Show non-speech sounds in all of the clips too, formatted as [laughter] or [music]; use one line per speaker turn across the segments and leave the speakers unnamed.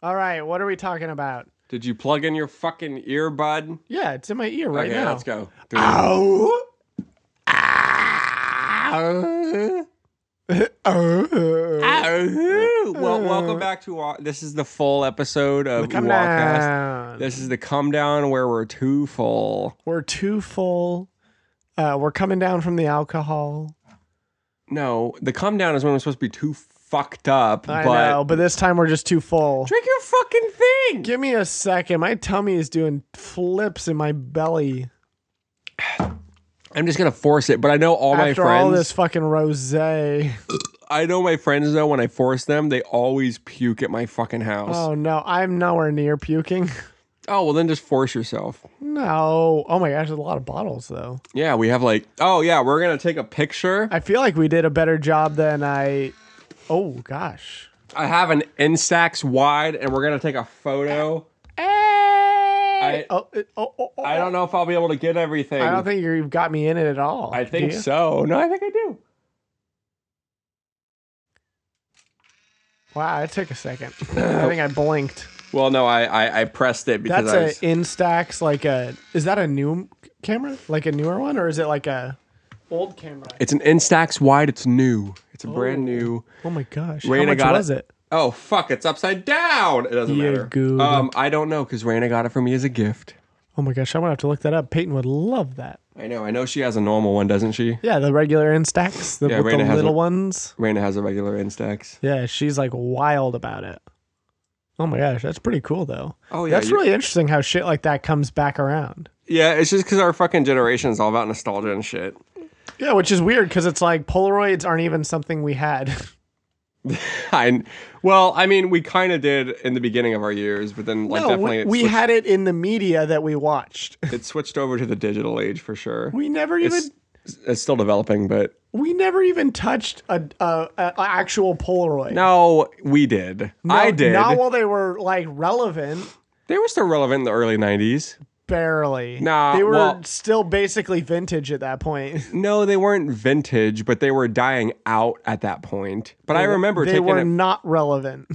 All right, what are we talking about?
Did you plug in your fucking earbud?
Yeah, it's in my ear right
okay,
now.
let's go. Three.
Ow. Ow. Ow.
Ow. Well, welcome back to our. This is the full episode of
Come
Walkcast.
down.
This is the come down where we're too full.
We're too full. Uh, we're coming down from the alcohol.
No, the come down is when we're supposed to be too fucked up.
I
but
know, but this time we're just too full.
drink your fucking thing.
Give me a second. My tummy is doing flips in my belly
I'm just gonna force it. But I know all my
after
friends.
all this fucking rosé.
I know my friends though. When I force them, they always puke at my fucking house.
Oh no, I'm nowhere near puking. [laughs]
oh well, then just force yourself.
No. Oh my gosh, there's a lot of bottles though.
Yeah, we have like. Oh yeah, we're gonna take a picture.
I feel like we did a better job than I. Oh gosh.
I have an Instax wide, and we're gonna take a photo.
Hey.
I-
oh, it- oh, oh, oh.
I don't know if I'll be able to get everything.
I don't think you've got me in it at all.
I think
Do you?
so. No, I think I do.
Wow, it took a
[laughs]
second. I think I blinked.
Well, no, I I, I pressed it because
That's
I was,
a Instax, like a. Is that a new c- camera? Like a newer one, or is it like a old camera?
it's an Instax wide. It's new. It's a brand new.
Oh my gosh,
Raina
how much
got
was
it.
it?
Oh fuck! It's upside down. It doesn't
You're
matter.
good.
Um, I don't know because Raina got it for me as a gift.
Oh my gosh, I'm gonna have to look that up. Peyton would love that.
I know. I know she has a normal one, doesn't she?
Yeah, the regular Instax, the,
Yeah,
with the
Raina has
little
a-
ones.
Raina has a regular Instax.
Yeah, she's like wild about it. Oh my gosh, that's pretty cool though.
Oh, yeah,
that's
you-
really interesting how shit like that comes back around.
Yeah, it's just because our fucking generation is all about nostalgia and shit.
Yeah, which is weird because it's like Polaroids aren't even something we
[laughs]
had.
I, well, I mean, we kind of did in the beginning of our years, but then like
no,
definitely
we,
it,
we
switched,
had it in the media that we watched. [laughs]
it switched over to the digital age for sure.
We never even
it's, it's still developing, but
we never even touched a, a, a actual Polaroid.
no, we did.
No,
I did.
Not while they were like relevant,
they were still relevant in the early '90s.
barely.
Nah,
they were
well-
still basically vintage at that point.
No, they weren't vintage, but they were dying out at that point. But I remember
they
taking
were
it.
not relevant.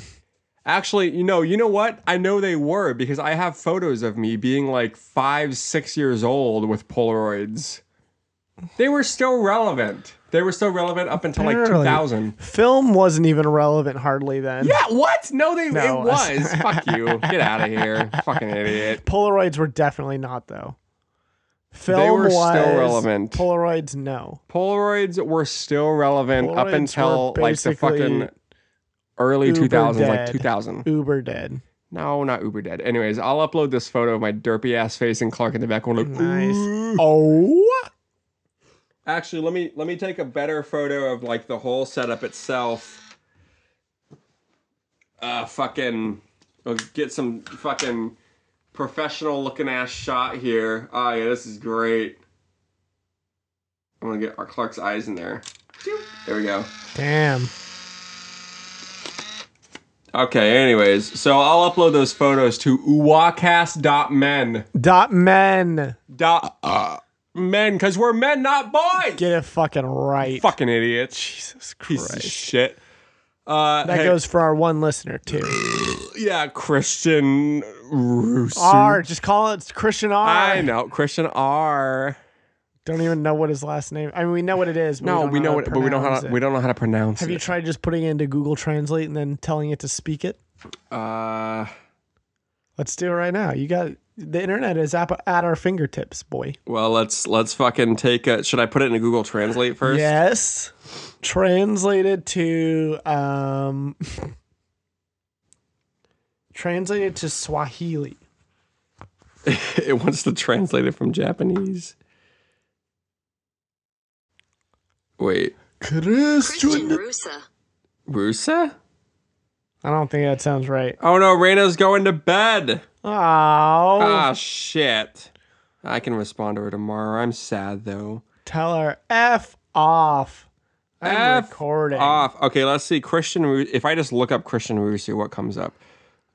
Actually, you know, you know what? I know they were because I have photos of me being like five, six years old with Polaroids. They were still relevant. They were still relevant up until like
Barely.
2000.
Film wasn't even relevant hardly then.
Yeah, what? No, they
No. [laughs]
it was. Fuck you. Get out of here, fucking idiot.
Polaroids were definitely not though. Film
were still
was,
relevant.
Polaroids, no.
Polaroids were still relevant up
Polaroids
until
were
like the fucking
basically
early
uber
2000s, like
dead.
2000.
Uber did.
No, not uber dead. Anyways, I'll upload this photo of my derpy ass face and Clark in the background. Like,
Nice.
"Ooh."
Oh,
Actually, let me let me take a better photo of like the whole setup itself. Uh, fucking, I'll get some fucking professional looking ass shot here. Oh yeah, this is great. I'm gonna get our Clark's eyes in there. Doop. There we go.
damn.
Okay. Anyways, so I'll upload those photos to uwacast.men.
Dot men.
Dot uh, men, cause we're men, not boys.
Get it fucking right.
Fucking idiots.
Jesus
Piece
Christ.
of shit. Uh,
That
hey-
goes for our one listener too.
Yeah, Christian Russo.
R, just call it Christian R.
I know Christian R.
Don't even know what his last name. I mean, we know what it is. But we,
No,
don't
we know
how
it,
to
but we don't how
pronounce
to,
it.
we don't know how to pronounce
Have you
it.
tried just putting it into Google Translate and then telling it to speak it?
uh,
Let's do it right now. You got the internet is up at our fingertips, boy.
well, let's let's fucking take. A, should I put it into Google Translate first? [laughs]
Yes. Translated to um [laughs] translated to Swahili.
it wants to translate it from Japanese. Wait,
Christian.
Christian Rusa.
Rusa?
I don't think that sounds right.
Oh no, Reina's going to bed.
Oh,
Ah shit. I can respond to her tomorrow. I'm sad though.
tell her F off. I'm
F
recording.
off. Okay, let's see. Christian. Ru- If I just look up Christian Rusu, what comes up?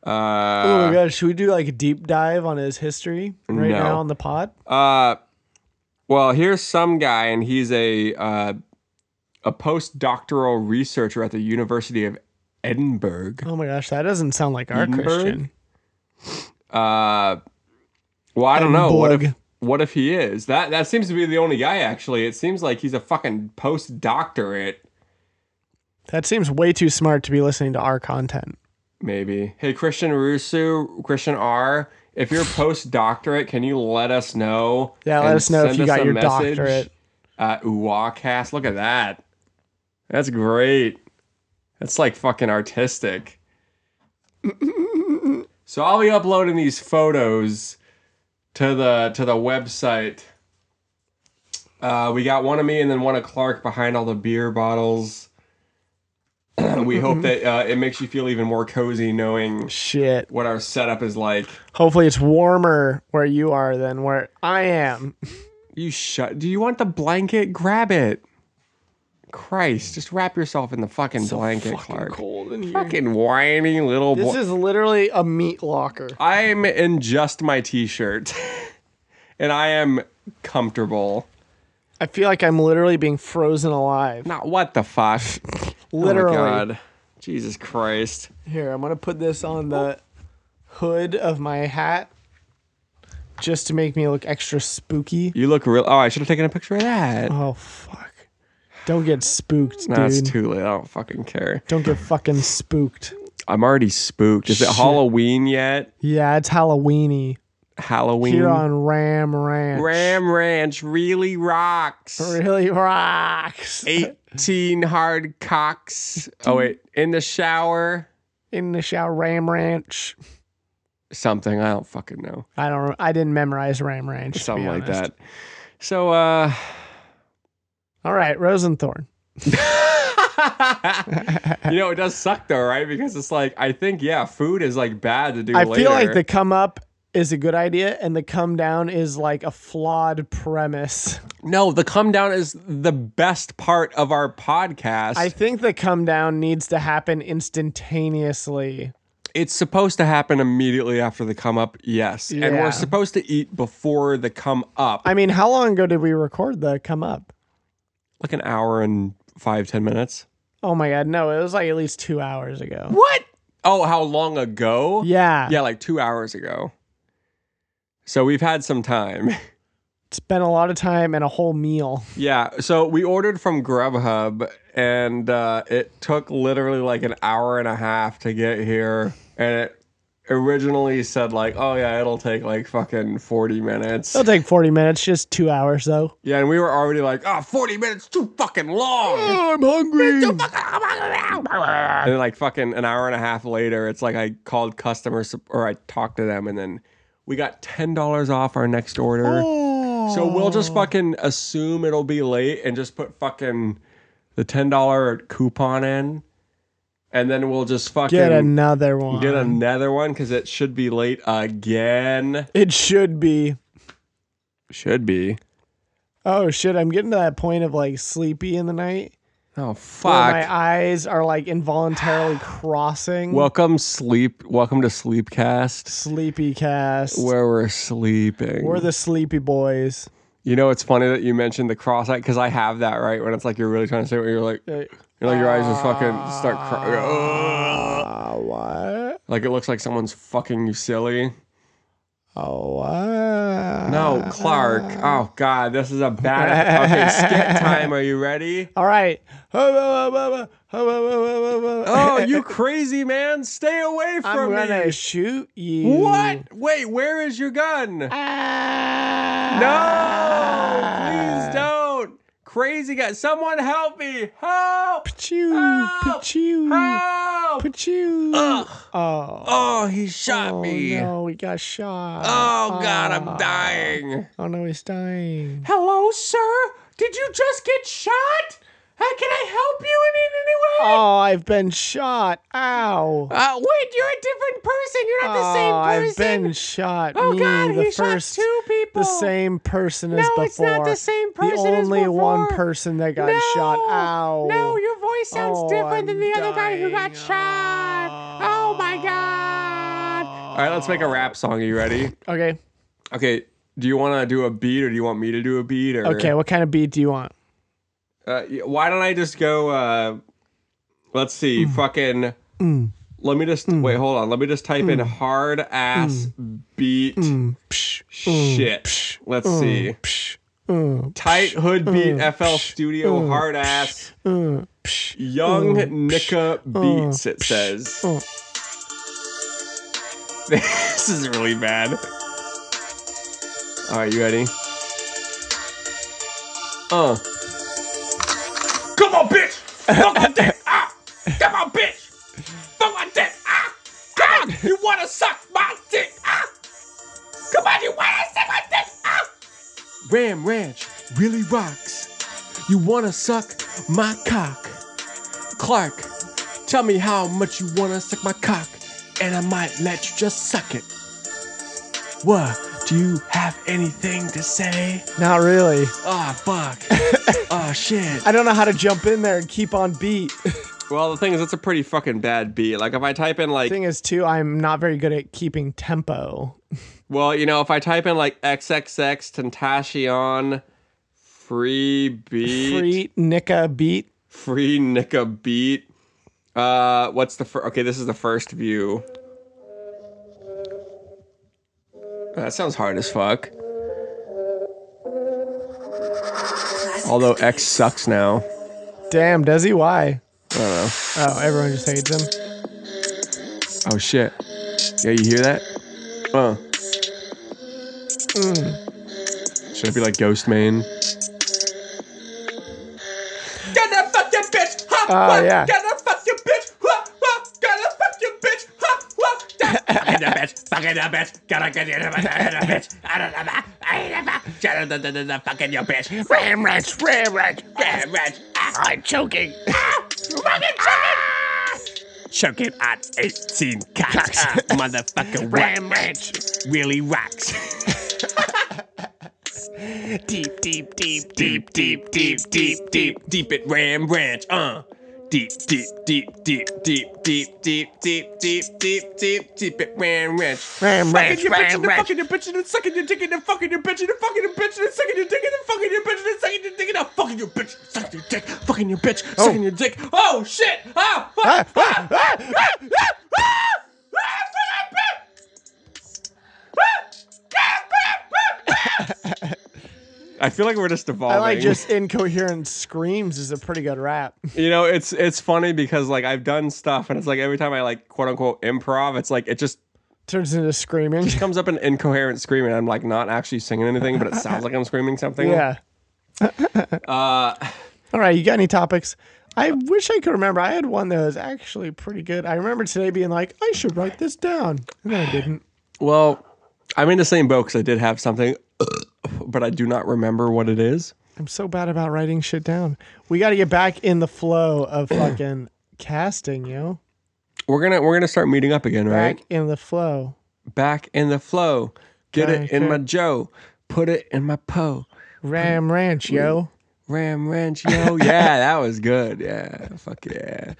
Oh
Uh,
my gosh, should we do like a deep dive on his history right
No.
now on the pod?
uh, well, here's some guy, and he's a uh, a postdoctoral researcher at the University of Edinburgh.
Oh my gosh, that doesn't sound like our
Edinburgh?
Christian.
Uh, well, I don't know. What if
Edinburgh.
what if he is? That that seems to be the only guy. Actually, it seems like he's a fucking post doctorate.
That seems way too smart to be listening to our content.
Maybe. Hey, Christian Russo, Christian R. If you're post doctorate, can you let us know?
Yeah, let
and
us know if
send
you
us
got
a
your
message?
doctorate.
Uh, Uwacast. Look at that. That's great. That's like fucking artistic. so I'll be uploading these photos to the to the website. Uh, we got one of me and then one of Clark behind all the beer bottles. [clears throat] we
Mm-hmm.
hope that uh, it makes you feel even more cozy knowing
Shit.
what our setup is like.
Hopefully it's warmer where you are than where I am.
You shut. Do you want the blanket? Grab it. Christ, just wrap yourself in the fucking blanket, Clark.
cold in here.
Fucking whiny little
This
boy.
is literally a meat locker.
I'm in just my t-shirt, [laughs] and I am comfortable.
I feel like I'm literally being frozen alive.
Not what the fuck.
Literally.
Oh my God. Jesus Christ.
Here, I'm gonna put this on the hood of my hat just to make me look extra spooky.
You look real. Oh, I should have taken a picture of that.
Oh fuck! Don't get spooked,
no, it's
dude.
too late. I don't fucking care.
Don't get fucking spooked.
I'm already spooked. Is it
Shit.
Halloween yet?
Yeah, it's Halloweeny
Halloween.
here on Ram Ranch.
Ram Ranch really rocks.
really rocks
18 hard cocks. Oh, wait. In the shower.
in the shower. Ram Ranch.
Something. I don't fucking know.
I don't. I didn't memorize Ram Ranch. to be
Something like
honest.
that. So, uh, [laughs]
All right, Rosenthorn.
you know, it does suck though, right? Because it's like, I think, yeah, food is like bad to do
I
later.
feel like the come up is a good idea, and the come down is like a flawed premise.
no, the come down is the best part of our podcast.
I think the come down needs to happen instantaneously.
it's supposed to happen immediately after the come up, yes. And
Yeah.
we're supposed to eat before the come up,
I mean, how long ago did we record the come up?
like an hour and five, ten minutes.
Oh my god, no, it was like at least two hours ago.
What? Oh, how long ago?
Yeah,
Yeah, like two hours ago. So we've had some time. [laughs]
it's been a lot of time and a whole meal.
yeah. So we ordered from Grubhub and uh, it took literally like an hour and a half to get here. And it originally said, like, oh, yeah, it'll take like fucking 40 minutes.
It'll take 40 minutes, just two hours though.
Yeah. And we were already like, oh, 40 minutes, too fucking long.
I'm hungry.
And then, like, fucking an hour and a half later, it's like I called customer sup- or I talked to them and then we got $10 off our next order. So we'll
Oh.
just fucking assume it'll be late and just put fucking the ten dollar coupon in, and then we'll just fucking
get another one.
get another one because it should be late again.
it should be.
Should be.
Oh shit, I'm getting to that point of like sleepy in the night.
Oh
Where
fuck!
my um, eyes are like involuntarily [sighs] crossing.
welcome sleep. Welcome to Sleepcast,
sleepy cast.
where we're sleeping.
We're the sleepy boys.
you know, it's funny that you mentioned the cross eye because I have that right when it's like you're really trying to say what you're like.
Uh,
You're like your eyes just fucking start crying.
Uh, what?
Like it looks like someone's fucking you silly.
Oh, what?
No, Clark. Oh God, this is a bad.
[laughs]
Okay, skit time. Are you ready?
All right. Oh,
Oh,
[laughs]
you crazy man! Stay away
I'm
from
gonna
me.
shoot you.
What? Wait, where is your gun? No,
Ah.
please don't. Crazy guy, someone help me! Help!
Pachu,
Help!
pachu,
Help!
pachu.
Ah. Ugh.
Oh,
Oh, he shot
oh
me.
no, he got shot.
Oh God, I'm dying.
Oh no, he's dying.
Hello, sir. Did you just get shot? How can I help you in any way?
Oh, I've been shot. Ow.
Uh, wait, you're a different person. You're not the
oh,
same
I've
person.
been shot.
oh
Me,
God,
the
he
first,
shot two people.
the same person as
No,
before.
it's not the same person
The
as
only one
before.
person that got
no,
shot. Ow.
No, your voice sounds
Oh,
different
I'm
than the other guy who got
dying.
shot. Oh my God. All right, let's make a rap song. Are you ready?
Okay.
Okay. Do you want to do a beat, or do you want me to do a beat? Or
Okay. What kind of beat do you want? Mm.
Uh, y- why don't I just go? Uh, let's see. Fucking Let me just wait. Hold on. Let me just type in hard ass beat
Mm. Psh,
shit.
psh, Mm.
Let's see.
psh, Mm. uh,
Tight hood beat FL Studio hard ass
uh, psh.
young Nika beats. It says.
uh.
[laughs] This is really bad. All right, you ready? Uh. Come on, bitch. Fuck my [laughs] dick. Ah. Come on, bitch. Fuck my dick. Ah. Come on. You wanna suck my dick? Ah. Come on, you wanna suck my dick? Ah. Ram Ranch really rocks. You wanna suck my cock? Clark, tell me how much you wanna suck my cock, and I might let you just suck it. What? Do you have anything to say?
Not really.
Ah, fuck. Ah, shit.
I don't know how to jump in there and keep on beat.
Well, the thing is, that's a pretty fucking bad beat. Like, if I type in, like,
Thing is, too, I'm not very good at keeping tempo.
well, you know, if I type in, like, XXX Tentacion free beat.
Free Nika beat.
free Nika beat. Uh, what's the first? Okay, this is the first view. That sounds hard as fuck. Although X sucks now.
Damn, does he? Why? I don't know. Oh, everyone just hates him.
Oh shit. Yeah, you hear that? Uh. Should it be like Ghost Main? Get that fucking bitch! Huh,
Oh,
what?
yeah.
Get that fucking bitch! Huh, huh, get that fucking bitch! Huh, huh, [laughs] that- Fucking that bitch! Fucking that bitch! Gotta get in that bitch! I don't know. I don't know. Shut up, the- the- the Fucking your bitch! Ram ranch! Ram ranch! Ram ranch! Ah, I'm choking! Ah, Fucking choking! Choking on 18 cocks. Ah, motherfucker, Ram Ranch really rocks. deep, deep, deep, deep, deep, deep, deep, deep, deep at Ram Ranch, uh. Deep, deep, deep, deep, deep, deep, deep, deep, deep, deep, deep, deep at Ram Ranch.
Ram
Fucking
Ranch,
your bitch
Ram
and then
Ranch.
fucking your bitch and then sucking your dick and then fucking your bitch and then fucking your bitch and then sucking your dick and then fucking your bitch and then sucking your dick and then fucking your bitch, sucking your dick, fucking your bitch, sucking your dick. Oh shit! Ah! fuck,
Ah, ah, ah,
ah, ah, ah, ah, ah, fucking bitch! Ah, I feel like we're just evolving.
I like just incoherent screams is a pretty good rap.
[laughs]
[laughs]
you know, it's it's funny because like I've done stuff, and it's like every time I like quote unquote improv, it's like it just
Turns into screaming. [laughs]
comes up in incoherent screaming. I'm like not actually singing anything, but it sounds like I'm screaming something.
Yeah.
Uh,
All right, you got any topics? I wish I could remember. I had one that was actually pretty good. I remember today being like, I should write this down. And then I didn't.
Well, I'm in the same boat because I did have something, [coughs] but I do not remember what it is.
I'm so bad about writing shit down. We got to get back in the flow
[clears throat]
of fucking casting, yo.
We're gonna we're gonna start meeting up again, right?
Back in the flow.
Back in the flow. Get it
Okay,
in
okay.
my Joe. Put it in my Poe.
Ram Ranch, yo.
Ram Ranch, yo. [laughs] Yeah, that was good. Yeah. Fuck yeah.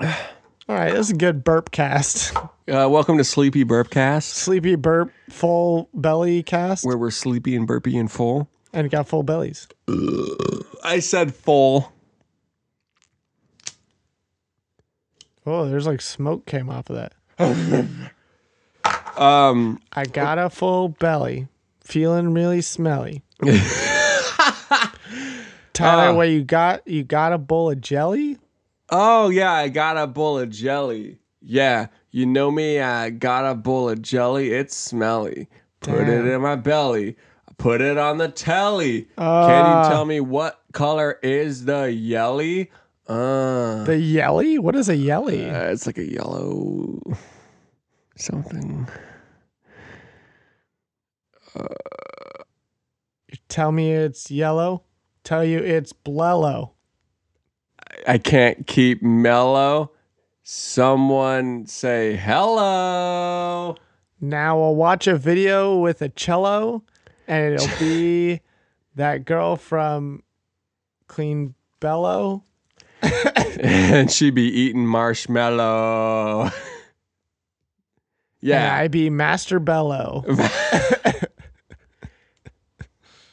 All right, this is a good burp cast. [laughs]
Uh, welcome to Sleepy Burpcast,
Sleepy burp, full belly cast,
where we're sleepy and burpy and full.
and got full bellies.
I said full.
Oh, there's like smoke came off of that.
Um,
I got a full belly, feeling really
[laughs]
smelly.
Ah.
Tyler, what you got? You got a bowl of jelly?
Oh yeah, I got a bowl of jelly. Yeah, you know me, I got a bowl of jelly. It's smelly. Put
Damn.
it in my belly. I Put it on the telly. Can
Ah.
you tell me what color is the yelly? Uh,
The yelly? What is a yelly?
uh, it's like a yellow something.
Tell me it's yellow. Tell you it's blello.
I can't keep mellow. Someone say hello.
Now I'll watch a video with a cello, and
[laughs]
it'll be that girl from Clean Bellow.
[laughs] and she be eating marshmallow. [laughs]
And
yeah.
I be Master Bellow.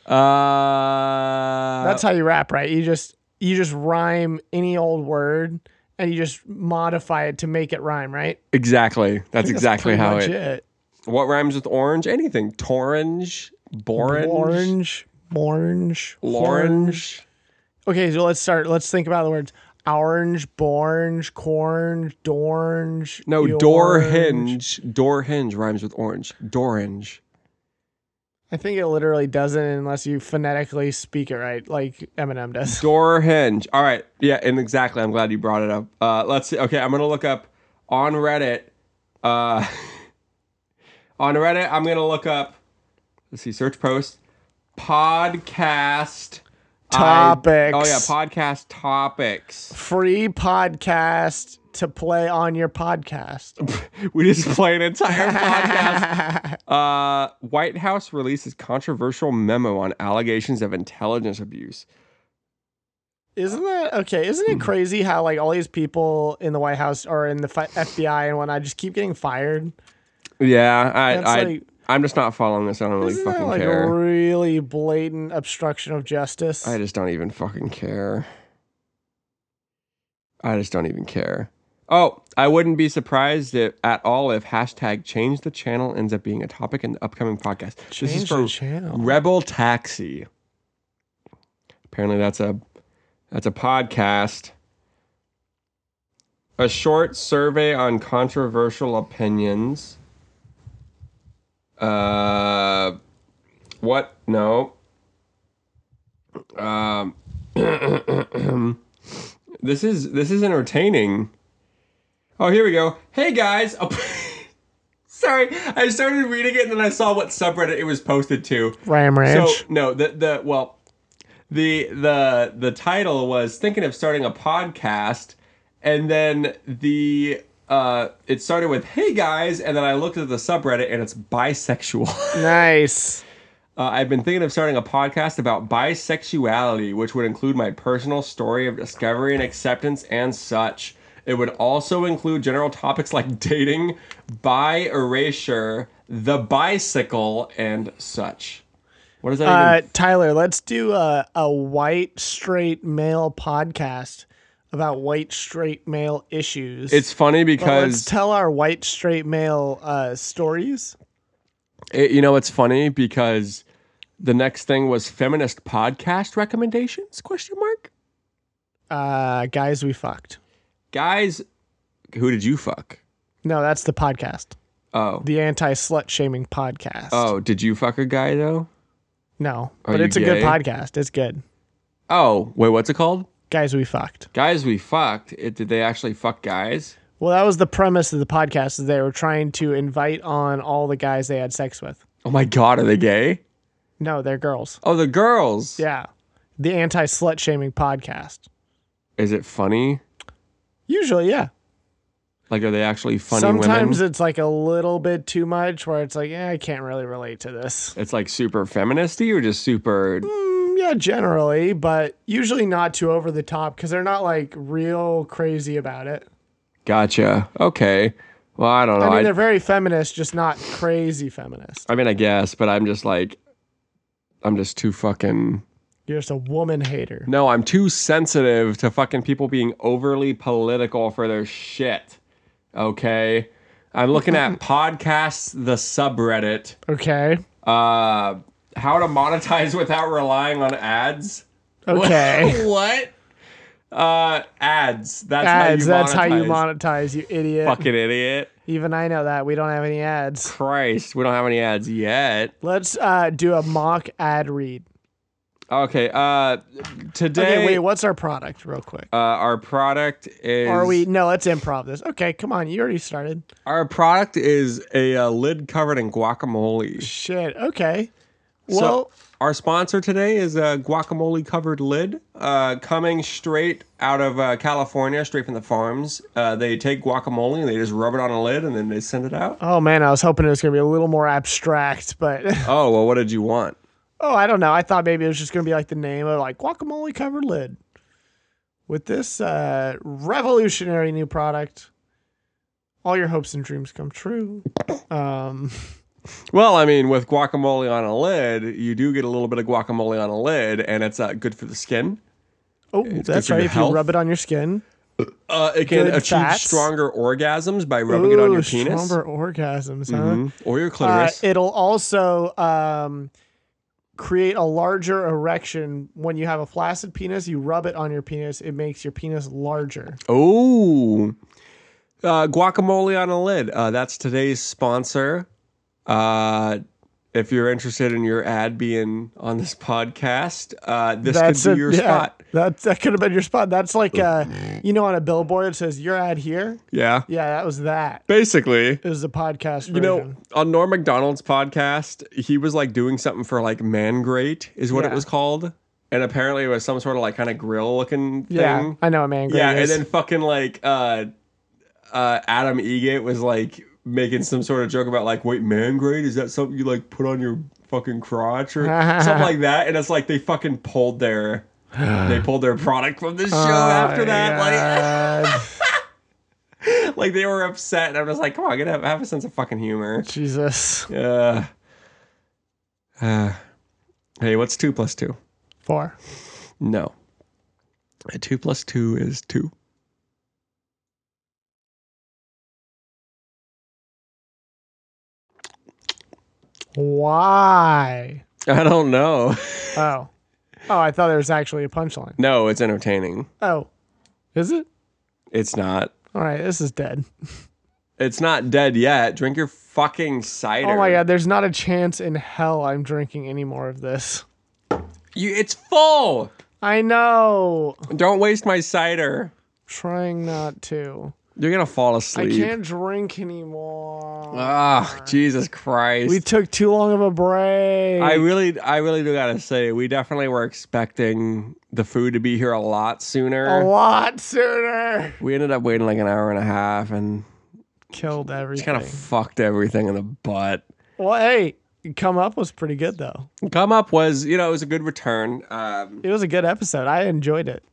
Uh,
That's how you rap, right? You just you just rhyme any old word and you just modify it to make it rhyme, right?
exactly. [laughs] That's exactly
pretty
how
much
it,
it.
What rhymes with orange? Anything. Torange, borange,
Orange, orange,
lorange.
Okay, so let's start. Let's think about the words. Orange, orange, corn, dorange.
No, door
yorange.
hinge. Door hinge rhymes with orange. Dorange.
I think it literally doesn't unless you phonetically speak it right, like Eminem does.
Door hinge. All right. Yeah, and exactly. I'm glad you brought it up. Uh, let's see. Okay, I'm gonna look up on Reddit. Uh, [laughs] on Reddit, I'm gonna look up. Let's see. Search post. Podcast I-
Topics.
oh yeah, podcast topics.
Free podcast to play on your podcast.
We just play an entire podcast.
[laughs]
Uh, White House releases controversial memo on allegations of intelligence abuse.
Isn't that okay? Isn't
Hmm.
it crazy how like all these people in the White House or in the fi- FBI and whatnot just keep getting fired?
Yeah, I,
That's
I
like-
I'm just not following this. I don't really
Isn't
fucking
that like a
care.
really blatant obstruction of justice?
I just don't even fucking care. I just don't even care. Oh, I wouldn't be surprised if, at all if hashtag change the channel ends up being a topic in the upcoming podcast. this is
Change
for
the channel.
Rebel Taxi. Apparently that's a that's a podcast. A short survey on controversial opinions. Uh what? No. Um [clears throat] This is this is entertaining. Oh, here we go. Hey guys. [laughs] Oh, sorry, I started reading it and then I saw what subreddit it was posted to.
Ram Ranch.
So no, the the well, the the the title was thinking of starting a podcast, and then the uh it started with hey guys, and then I looked at the subreddit and it's bisexual. [laughs]
nice.
Uh, I've been thinking of starting a podcast about bisexuality, which would include my personal story of discovery and acceptance and such. It would also include general topics like [laughs] dating, bi erasure, the bicycle, and such. What does that even
Uh, Tyler, let's do a, a white straight male podcast about white straight male issues.
It's funny
But let's
because
tell our white straight male uh, stories.
it- you know it's funny because the next thing was feminist podcast recommendations question mark
Uh, guys, we fucked.
guys who did you fuck
No, that's the podcast,
oh
the anti slut shaming podcast.
oh did you fuck a guy though
no,
Are
but
you
it's a good
gay?
podcast. It's good.
oh wait what's it called
Guys, we fucked.
guys we fucked it, did they actually fuck guys
Well, that was the premise of the podcast. Is they were trying to invite on all the guys they had sex with.
oh my god are they gay
No, they're girls.
oh the girls
Yeah, the anti slut shaming podcast.
is it funny
Usually, yeah.
like are they actually funny
Sometimes
women
it's like a little bit too much, where it's like, yeah, I can't really relate to this.
it's like super feministy or just super
Mm, yeah, generally, but usually not too over the top because they're not like real crazy about it.
gotcha okay well i don't know
I mean,
I-
they're very feminist, just not crazy feminist.
I mean, I guess, but I'm just like, I'm just too fucking.
You're just a woman hater.
No, I'm too sensitive to fucking people being overly political for their shit. Okay. I'm
[laughs]
looking at podcasts, the subreddit,
Okay.
uh, how to monetize without relying on ads. [laughs]
Okay.
what? Uh, ads. [laughs] That's
ads.
how you
that's how you
monetize.
monetize, you idiot.
Fucking idiot.
Even I know that. We don't have any ads.
Christ, we don't have any ads yet.
Let's uh, do a mock ad read.
Okay. Uh, today.
Okay, wait, what's our product, real quick?
Uh, our product is.
Are we? No, let's improv this. Okay, come on. You already started.
Our product is a uh, lid covered in guacamole.
Shit. Okay.
So,
Well,
our sponsor today is a guacamole covered lid uh, coming straight out of uh, California, straight from the farms. Uh, they take guacamole and they just rub it on a lid and then they send it out.
oh man, I was hoping it was gonna be a little more abstract, but [laughs]
Oh, well, what did you want?
oh, I don't know. I thought maybe it was just gonna be like the name of like guacamole covered lid with this uh, revolutionary new product. All your hopes and dreams come true. Um,
Well, I mean, with guacamole on a lid, you do get a little bit of guacamole on a lid, and it's uh, good for the skin.
Oh,
good
that's
for
right.
your
If
health.
you rub it on your skin,
Uh, it can
Good
achieve
fats.
stronger orgasms by rubbing it on
Ooh,
your penis
stronger orgasms, huh?
Mhm. or your
Uh,
clitoris.
it'll also um, create a larger erection when you have a flaccid penis. You rub it on your penis; it makes your penis larger.
oh, uh, guacamole on a lid. Uh, that's today's sponsor. Uh, if you're interested in your ad being on this podcast, uh, this
That's
could be
it,
your
yeah.
spot.
That that could have been your spot. That's like uh, you know, on a billboard it says "Your ad here."
Yeah,
Yeah, that was that.
basically.
It was the podcast.
You know, on Norm McDonald's podcast, he was like doing something for like Man Great, is what it
Yeah.
was called. And apparently it was some sort of like kind of grill looking thing.
yeah, I know, man.
Yeah, and then fucking like uh uh Adam Egate was like making some sort of joke about like, wait, man grade, is that something you like put on your fucking crotch or something like that? And it's like they fucking pulled their they pulled their product from the show uh,
Oh,
after that. [laughs]
like
Like [laughs] like they were upset and I'm just like, come on, get have, have a sense of fucking humor.
Jesus,
Uh, uh, [sighs] hey, what's two plus two?
four.
No. Uh, Two plus two is two. [laughs]
Why?
I don't know.
Oh, oh, I thought there was actually a punchline.
No, it's entertaining.
Oh, is it?
It's not.
All right, this is dead.
It's not dead yet. Drink your fucking cider.
Oh my god, there's not a chance in hell I'm drinking any more of this.
You, it's full.
I know. I'm
Don't waste my cider.
trying not to.
You're gonna fall
I
asleep.
can't drink anymore.
Ah, Jesus Christ.
We took too long of a break.
I really, I really do gotta say, we definitely were expecting the food to be here a lot
a
sooner.
lot sooner.
We ended up waiting like an hour and a half, and
Killed everything.
kind of fucked everything in the butt.
well, hey, come up was pretty good though.
Come up was, you know, it was a good return. Um,
It was a good episode. I enjoyed it.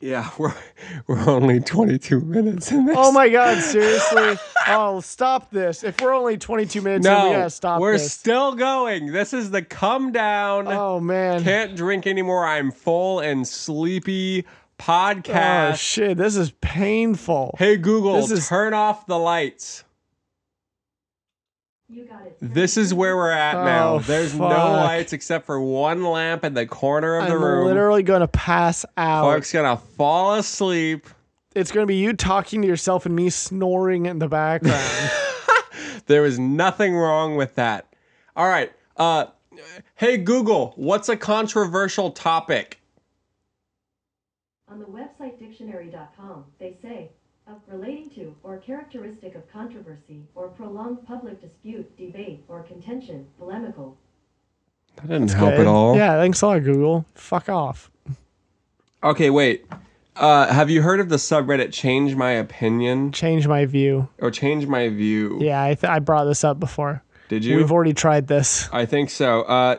yeah, [laughs] we're we're only 22 minutes in this.
Oh my
[laughs]
god, seriously? oh, stop this. If we're only 22 minutes in,
No,
we gotta stop
we're
this.
still going. This is the come down.
oh man.
Can't drink anymore. I'm full and sleepy.
oh
Podcast.
shit, this is painful.
hey Google,
This is-
turn off the lights.
You got it.
This is where we're at now.
Oh,
There's no
fuck.
lights except for one lamp in the corner of the
I'm
room.
literally gonna pass out.
Clark's gonna fall asleep.
It's gonna be you talking to yourself and me snoring in the background.
There was nothing wrong with that. All right. Uh, hey Google, what's a controversial topic?
On the website dictionary.com, they say, of relating to or characteristic of controversy or prolonged public dispute, debate, or contention, polemical.
That didn't help at
Good.
all.
Yeah, thanks a lot, Google. Fuck off.
Okay, wait. Uh, have you heard of the subreddit Change My Opinion
Change my view.
or Change My View?
Yeah, I, th- I brought this up before.
Did you?
We've already tried this.
I think so. Uh,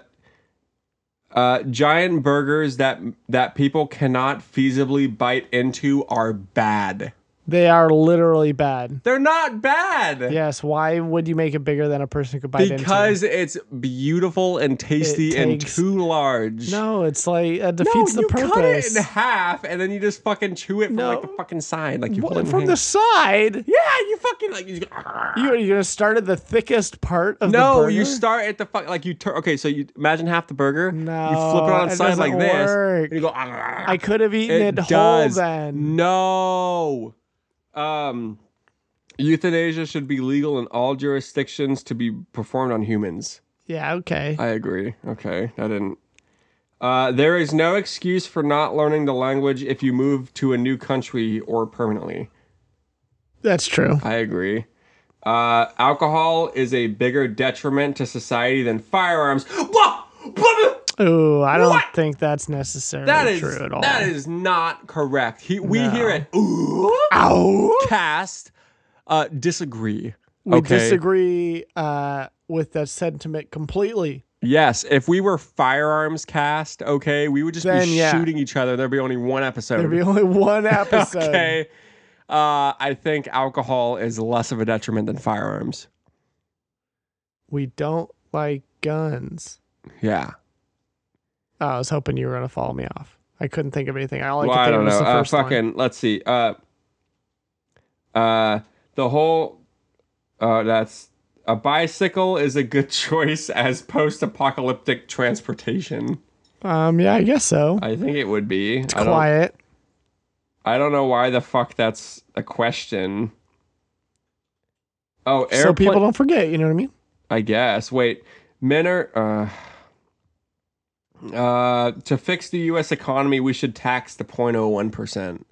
uh, giant burgers that that people cannot feasibly bite into are bad.
They are literally bad.
They're not bad.
Yes, why would you make it bigger than a person could bite
Because it's beautiful and tasty and
takes-
too large.
into? No, it's like that
No,
defeats
you
the purpose.
cut it in half and then you just fucking chew it from
No.
like the fucking side, like you
What,
pull
[laughs]
it
from the side?
Yeah, you fucking like you. just-
You, you're gonna start at the thickest part of the
No,
burger?
you start at the fuck like you turn. Okay, so you imagine half the burger. you
No,
flip it on
it
its side like
doesn't
this,
work.
and you go. "Ah."
I could have eaten it, whole then.
No. Um, euthanasia should be legal in all jurisdictions to be performed on humans.
Yeah, okay.
I agree. Okay, I didn't. Uh, there is no excuse for not learning the language if you move to a new country or permanently.
That's true.
I agree. Uh, alcohol is a bigger detriment to society than firearms. Whoa! Whoa!
Ooh, I don't
What?
think that's necessarily
That is
true at all.
that is not correct. He, we
No.
hear it. Ooh,
Ow!
cast. Uh, disagree.
We
okay.
disagree uh, with that sentiment completely.
Yes, if we were firearms cast, okay, we would just
Then,
be
yeah.
shooting each other. There'd be only one episode.
There'd be
[laughs]
only one episode.
okay. Uh, I think alcohol is less of a detriment than firearms.
We don't like guns.
Yeah.
Oh, I was hoping you were gonna follow me off. I couldn't think of anything. All I
well,
could
I
think of
don't
was
know.
the
Uh,
first one.
fucking, let's see. Uh, uh, the whole. Uh, that's a bicycle is a good [laughs] choice as post-apocalyptic transportation.
Um, yeah, I guess so.
I think it would be. I don't-
Quiet.
I don't know why the fuck that's a question. Oh,
so
airplane.
people don't forget. You know what I mean?
I guess. Wait, men are. Uh, uh, to fix the U.S. economy, we should tax the 0.01 percent.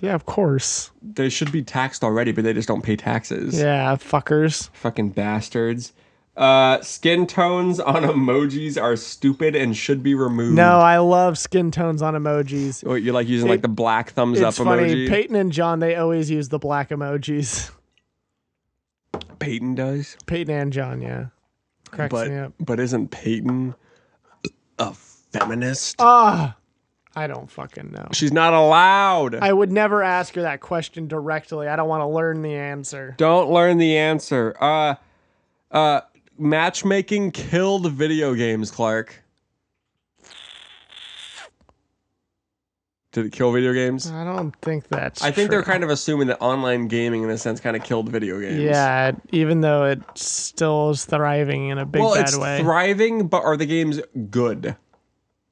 Yeah, of course.
They should be taxed already, but they just don't pay taxes.
Yeah, fuckers.
Fucking bastards. Uh, skin tones on [laughs] emojis are stupid and should be removed.
No, I love skin tones on emojis.
Wait, you're like using
It-
like the black thumbs
It's
up
funny.
emoji.
Peyton and John, they always use the black emojis. [laughs]
Peyton does.
Peyton and John, yeah. Cracks
but
me up.
but isn't Peyton a feminist?
Ah, I don't fucking know.
She's not allowed.
[laughs] I would never ask her that question directly. I don't want to learn the answer.
Don't learn the answer. Uh, uh, matchmaking killed video games, Clark. Did it kill video games?
I don't think that's.
I think they're
true.
kind of assuming that online gaming, in a sense, kind of killed video games.
Yeah, even though it still is thriving in a big
Well,
bad
it's
way.
thriving, but are the games good?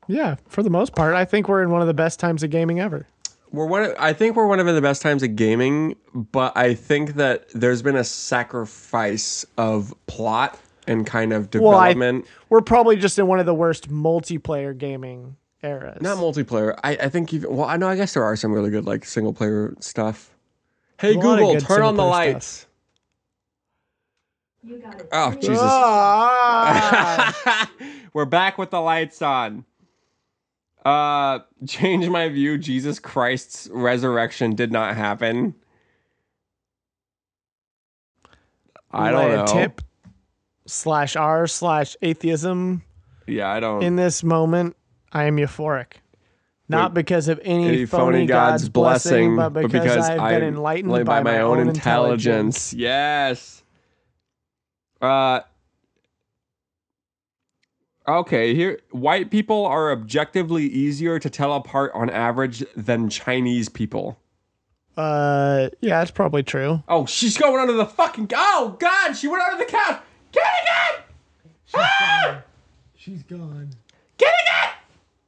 yeah, for the most part, I think we're in one of the best times of gaming ever.
We're one. Of, I think we're one of the best times of gaming, but I think that there's been a sacrifice of plot and kind of
Well, I-
development.
We're probably just in one of the worst multiplayer gaming eras.
Not multiplayer. I, I think even well, I know I guess there are some really good like single player stuff. Hey
There's a lot of
Google,
good
turn on the
single-player
lights.
You got it.
Oh,
Three
Jesus.
Ah!
We're back with the lights on. Uh change my view. Jesus Christ's resurrection did not happen. [laughs] I don't
Lay a
know.
Tip slash r slash atheism.
Yeah, I don't.
In this moment, I am euphoric. Not
Wait,
because of any,
any
phony, god's, blessing, but because, I've
I'm
been enlightened
led
by, my own intelligence.
intelligence. Yes. Uh Okay, here white people are objectively easier to tell apart on average than Chinese people.
Uh, yeah, that's probably true.
Oh, she's going under the fucking Oh god, she went under the couch. Get it! Ah!
She's gone.
Get it!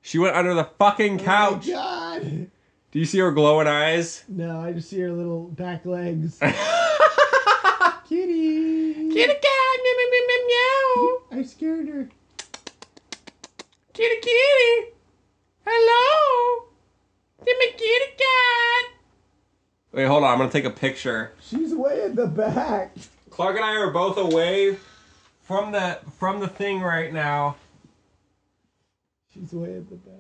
She went under the fucking couch.
God,
Do you see her glowing eyes?
no! I just see her little back legs. Kitty,
Kitty cat, meow meow meow meow meow.
I scared her.
Kitty kitty. Hello. I'm a kitty cat. Wait, hold on. I'm gonna take a picture.
She's way in the back.
Clark and I are both away from the from the thing right now.
She's way in the back.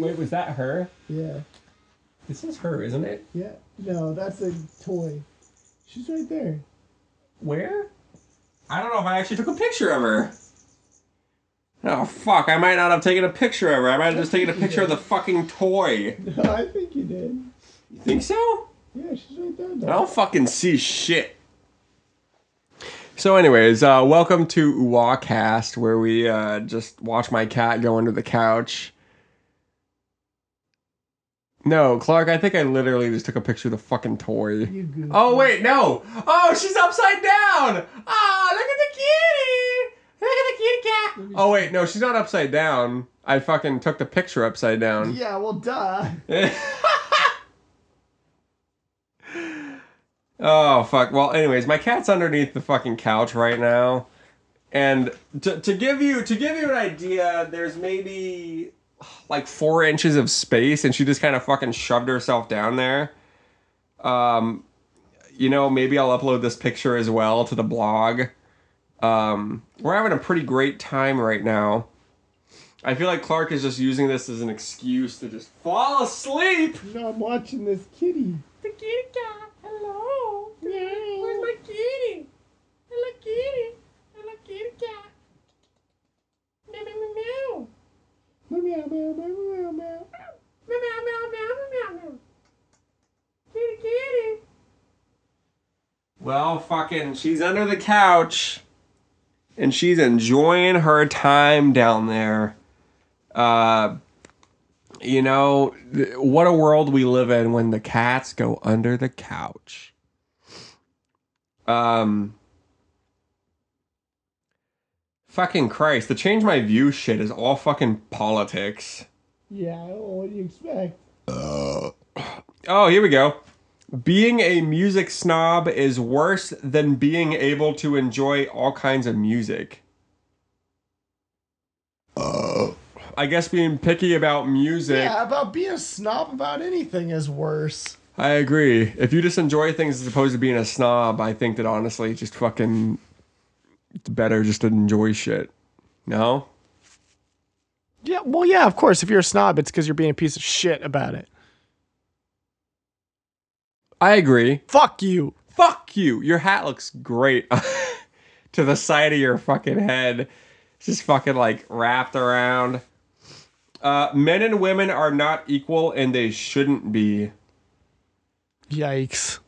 Wait, was that her?
Yeah,
This is her, isn't it?
yeah. No, that's a toy. She's right there. [laughs]
Where? I don't know if I actually took a picture of her. Oh fuck! I might not have taken a picture of her. I might have just taken a picture of the fucking toy.
No, I think you did.
You think so?
Yeah, she's right there.
I don't fucking see shit. So, anyways, uh, welcome to Uwacast, where we uh, just watch my cat go under the couch. No, Clark, I think I literally just took a picture of the fucking toy.
You
Oh, wait, no. Oh, she's upside down. Oh, look at the kitty. Look at the kitty cat. Oh, wait, no, she's not upside down. I fucking took the picture upside down.
Yeah, well, duh.
Oh fuck. Well, anyways, my cat's underneath the fucking couch right now. And to, to give you to give you an idea, there's maybe like four inches of space, and she just kind of fucking shoved herself down there. Um, you know, maybe I'll upload this picture as well to the blog. Um, we're having a pretty great time right now. I feel like Clark is just using this as an excuse to just fall asleep.
No, I'm watching this kitty.
The kitty cat. Hello. Where's my kitty? Hello, kitty. Hello, kitty cat. Meow, meow, meow, meow.
Meow, meow, meow, meow, meow, meow.
Meow, meow, meow, meow, meow, meow. Kitty, kitty. Well, fucking, she's under the couch, and she's enjoying her time down there. Uh, you know, th- what a world we live in when the cats go under the couch. Um, fucking Christ, the change my view shit is all fucking politics.
Yeah, what do you expect?
Oh, here we go. Being a music snob is worse than being able to enjoy all kinds of music. I guess being picky about music.
Yeah, about being a snob about anything is worse.
I agree. If you just enjoy things as opposed to being a snob, I think that honestly, just fucking, it's better just to enjoy shit. No?
Yeah, well, yeah, of course. If you're a snob, it's because you're being a piece of shit about it.
I agree.
Fuck you.
fuck you. Your hat looks great [laughs] to the side of your fucking head. It's just fucking like wrapped around. Uh, men and women are not equal and they shouldn't be.
Yikes.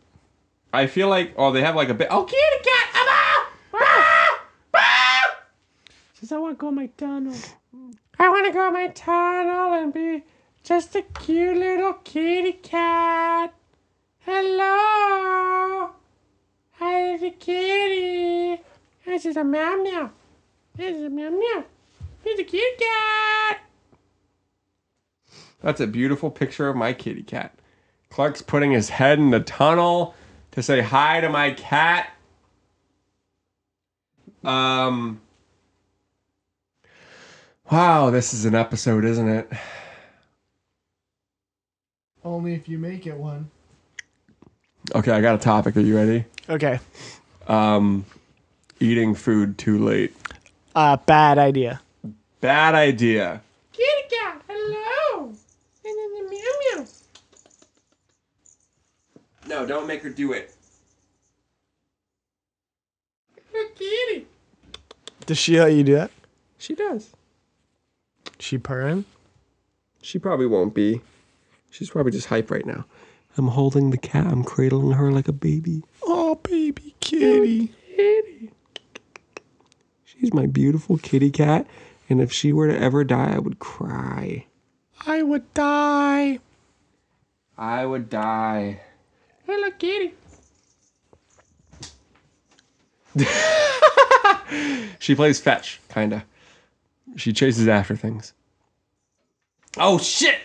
I feel like, oh, they have like a bit. Oh, kitty cat! I'm out! Ah! Ah! Says, I want to go my tunnel. I want to go my tunnel and be just a cute little kitty cat. Hello! Hi, the kitty. This is a meow meow. This is a meow meow. He's a kitty cat. That's a beautiful picture of my kitty cat. Clark's putting his head in the tunnel to say hi to my cat. Um. Wow, this is an episode, isn't it?
Only if you make it one.
Okay, I got a topic. Are you ready?
Okay.
Um, eating food too late.
Uh, bad idea.
Bad idea.
Kitty cat, hello. And then the meow meow.
No, don't make her do it.
Look, kitty.
Does she let you do that?
She does.
She purring?
She probably won't be. She's probably just hype right now. I'm holding the cat. I'm cradling her like a baby.
Oh, baby kitty.
Kitty. She's my beautiful kitty cat, and if she were to ever die, I would cry.
I would die.
I would die.
Hello, kitty.
[laughs] She plays fetch, kinda. She chases after things. Oh shit!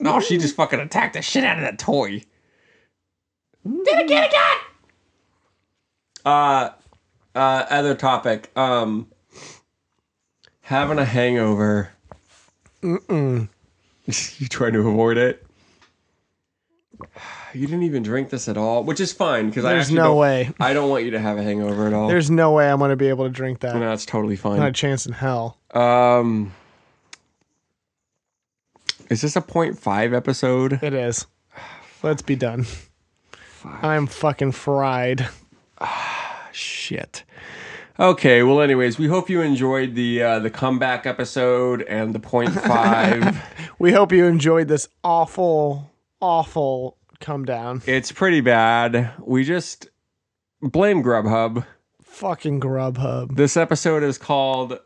No, she just fucking attacked the shit out of that toy.
Did a kitty cat.
Uh, uh, other topic. Um, having a hangover. Mm-mm. [laughs] you trying to avoid it? [sighs] You didn't even drink this at all, which is fine because I
There's
actually
no
don't-
way.
I don't want you to have a hangover at all.
There's no way I'm going to be able to drink that.
no, that's totally
Not a
fine.
chance in hell.
Um, is this a point five episode?
It is. Let's be done. I'm fucking fried.
Shit. Okay. Well, anyways, we hope you enjoyed the uh, the comeback episode and
[laughs]
the point five.
We hope you enjoyed this awful, awful come down.
It's pretty bad. We just blame Grubhub.
Fucking [laughs] Grubhub.
This episode is called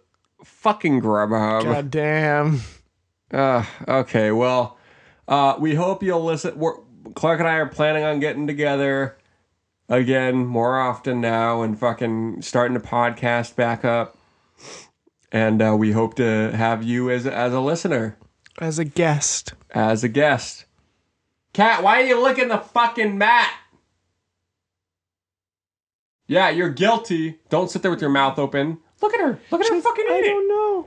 fucking Grubhub.
God damn.
Uh, okay, well, uh, we hope you'll listen. We're, Clark and I are planning on getting together again more often now and fucking starting the podcast back up. And uh, we hope to have you as as a listener,
As a guest.
as a guest. Cat, why are you licking the fucking mat? Yeah, you're guilty. Don't sit there with your mouth open. Look at her. Look at her fucking eat
I
it.
don't know.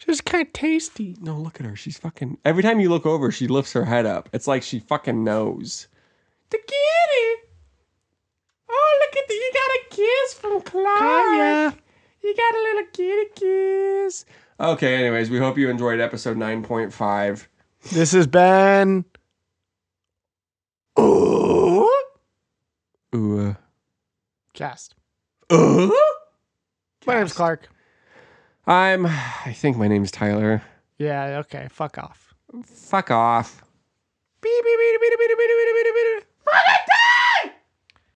Just kind of tasty.
No, look at her. She's fucking. Every time you look over, she lifts her head up. It's like she fucking knows. The kitty. Oh, look at the. You got a kiss from Clark.
Hiya.
You got a little kitty kiss. Okay. Anyways, we hope you enjoyed episode nine point five.
This has been. Ooh.
Ooh.
Cast.
Uh, uh?
My name's Clark.
I'm. I think my name's Tyler.
Yeah, okay. Fuck off.
Fuck off. Beep beep beep beep beep beep beep beep beep.
I like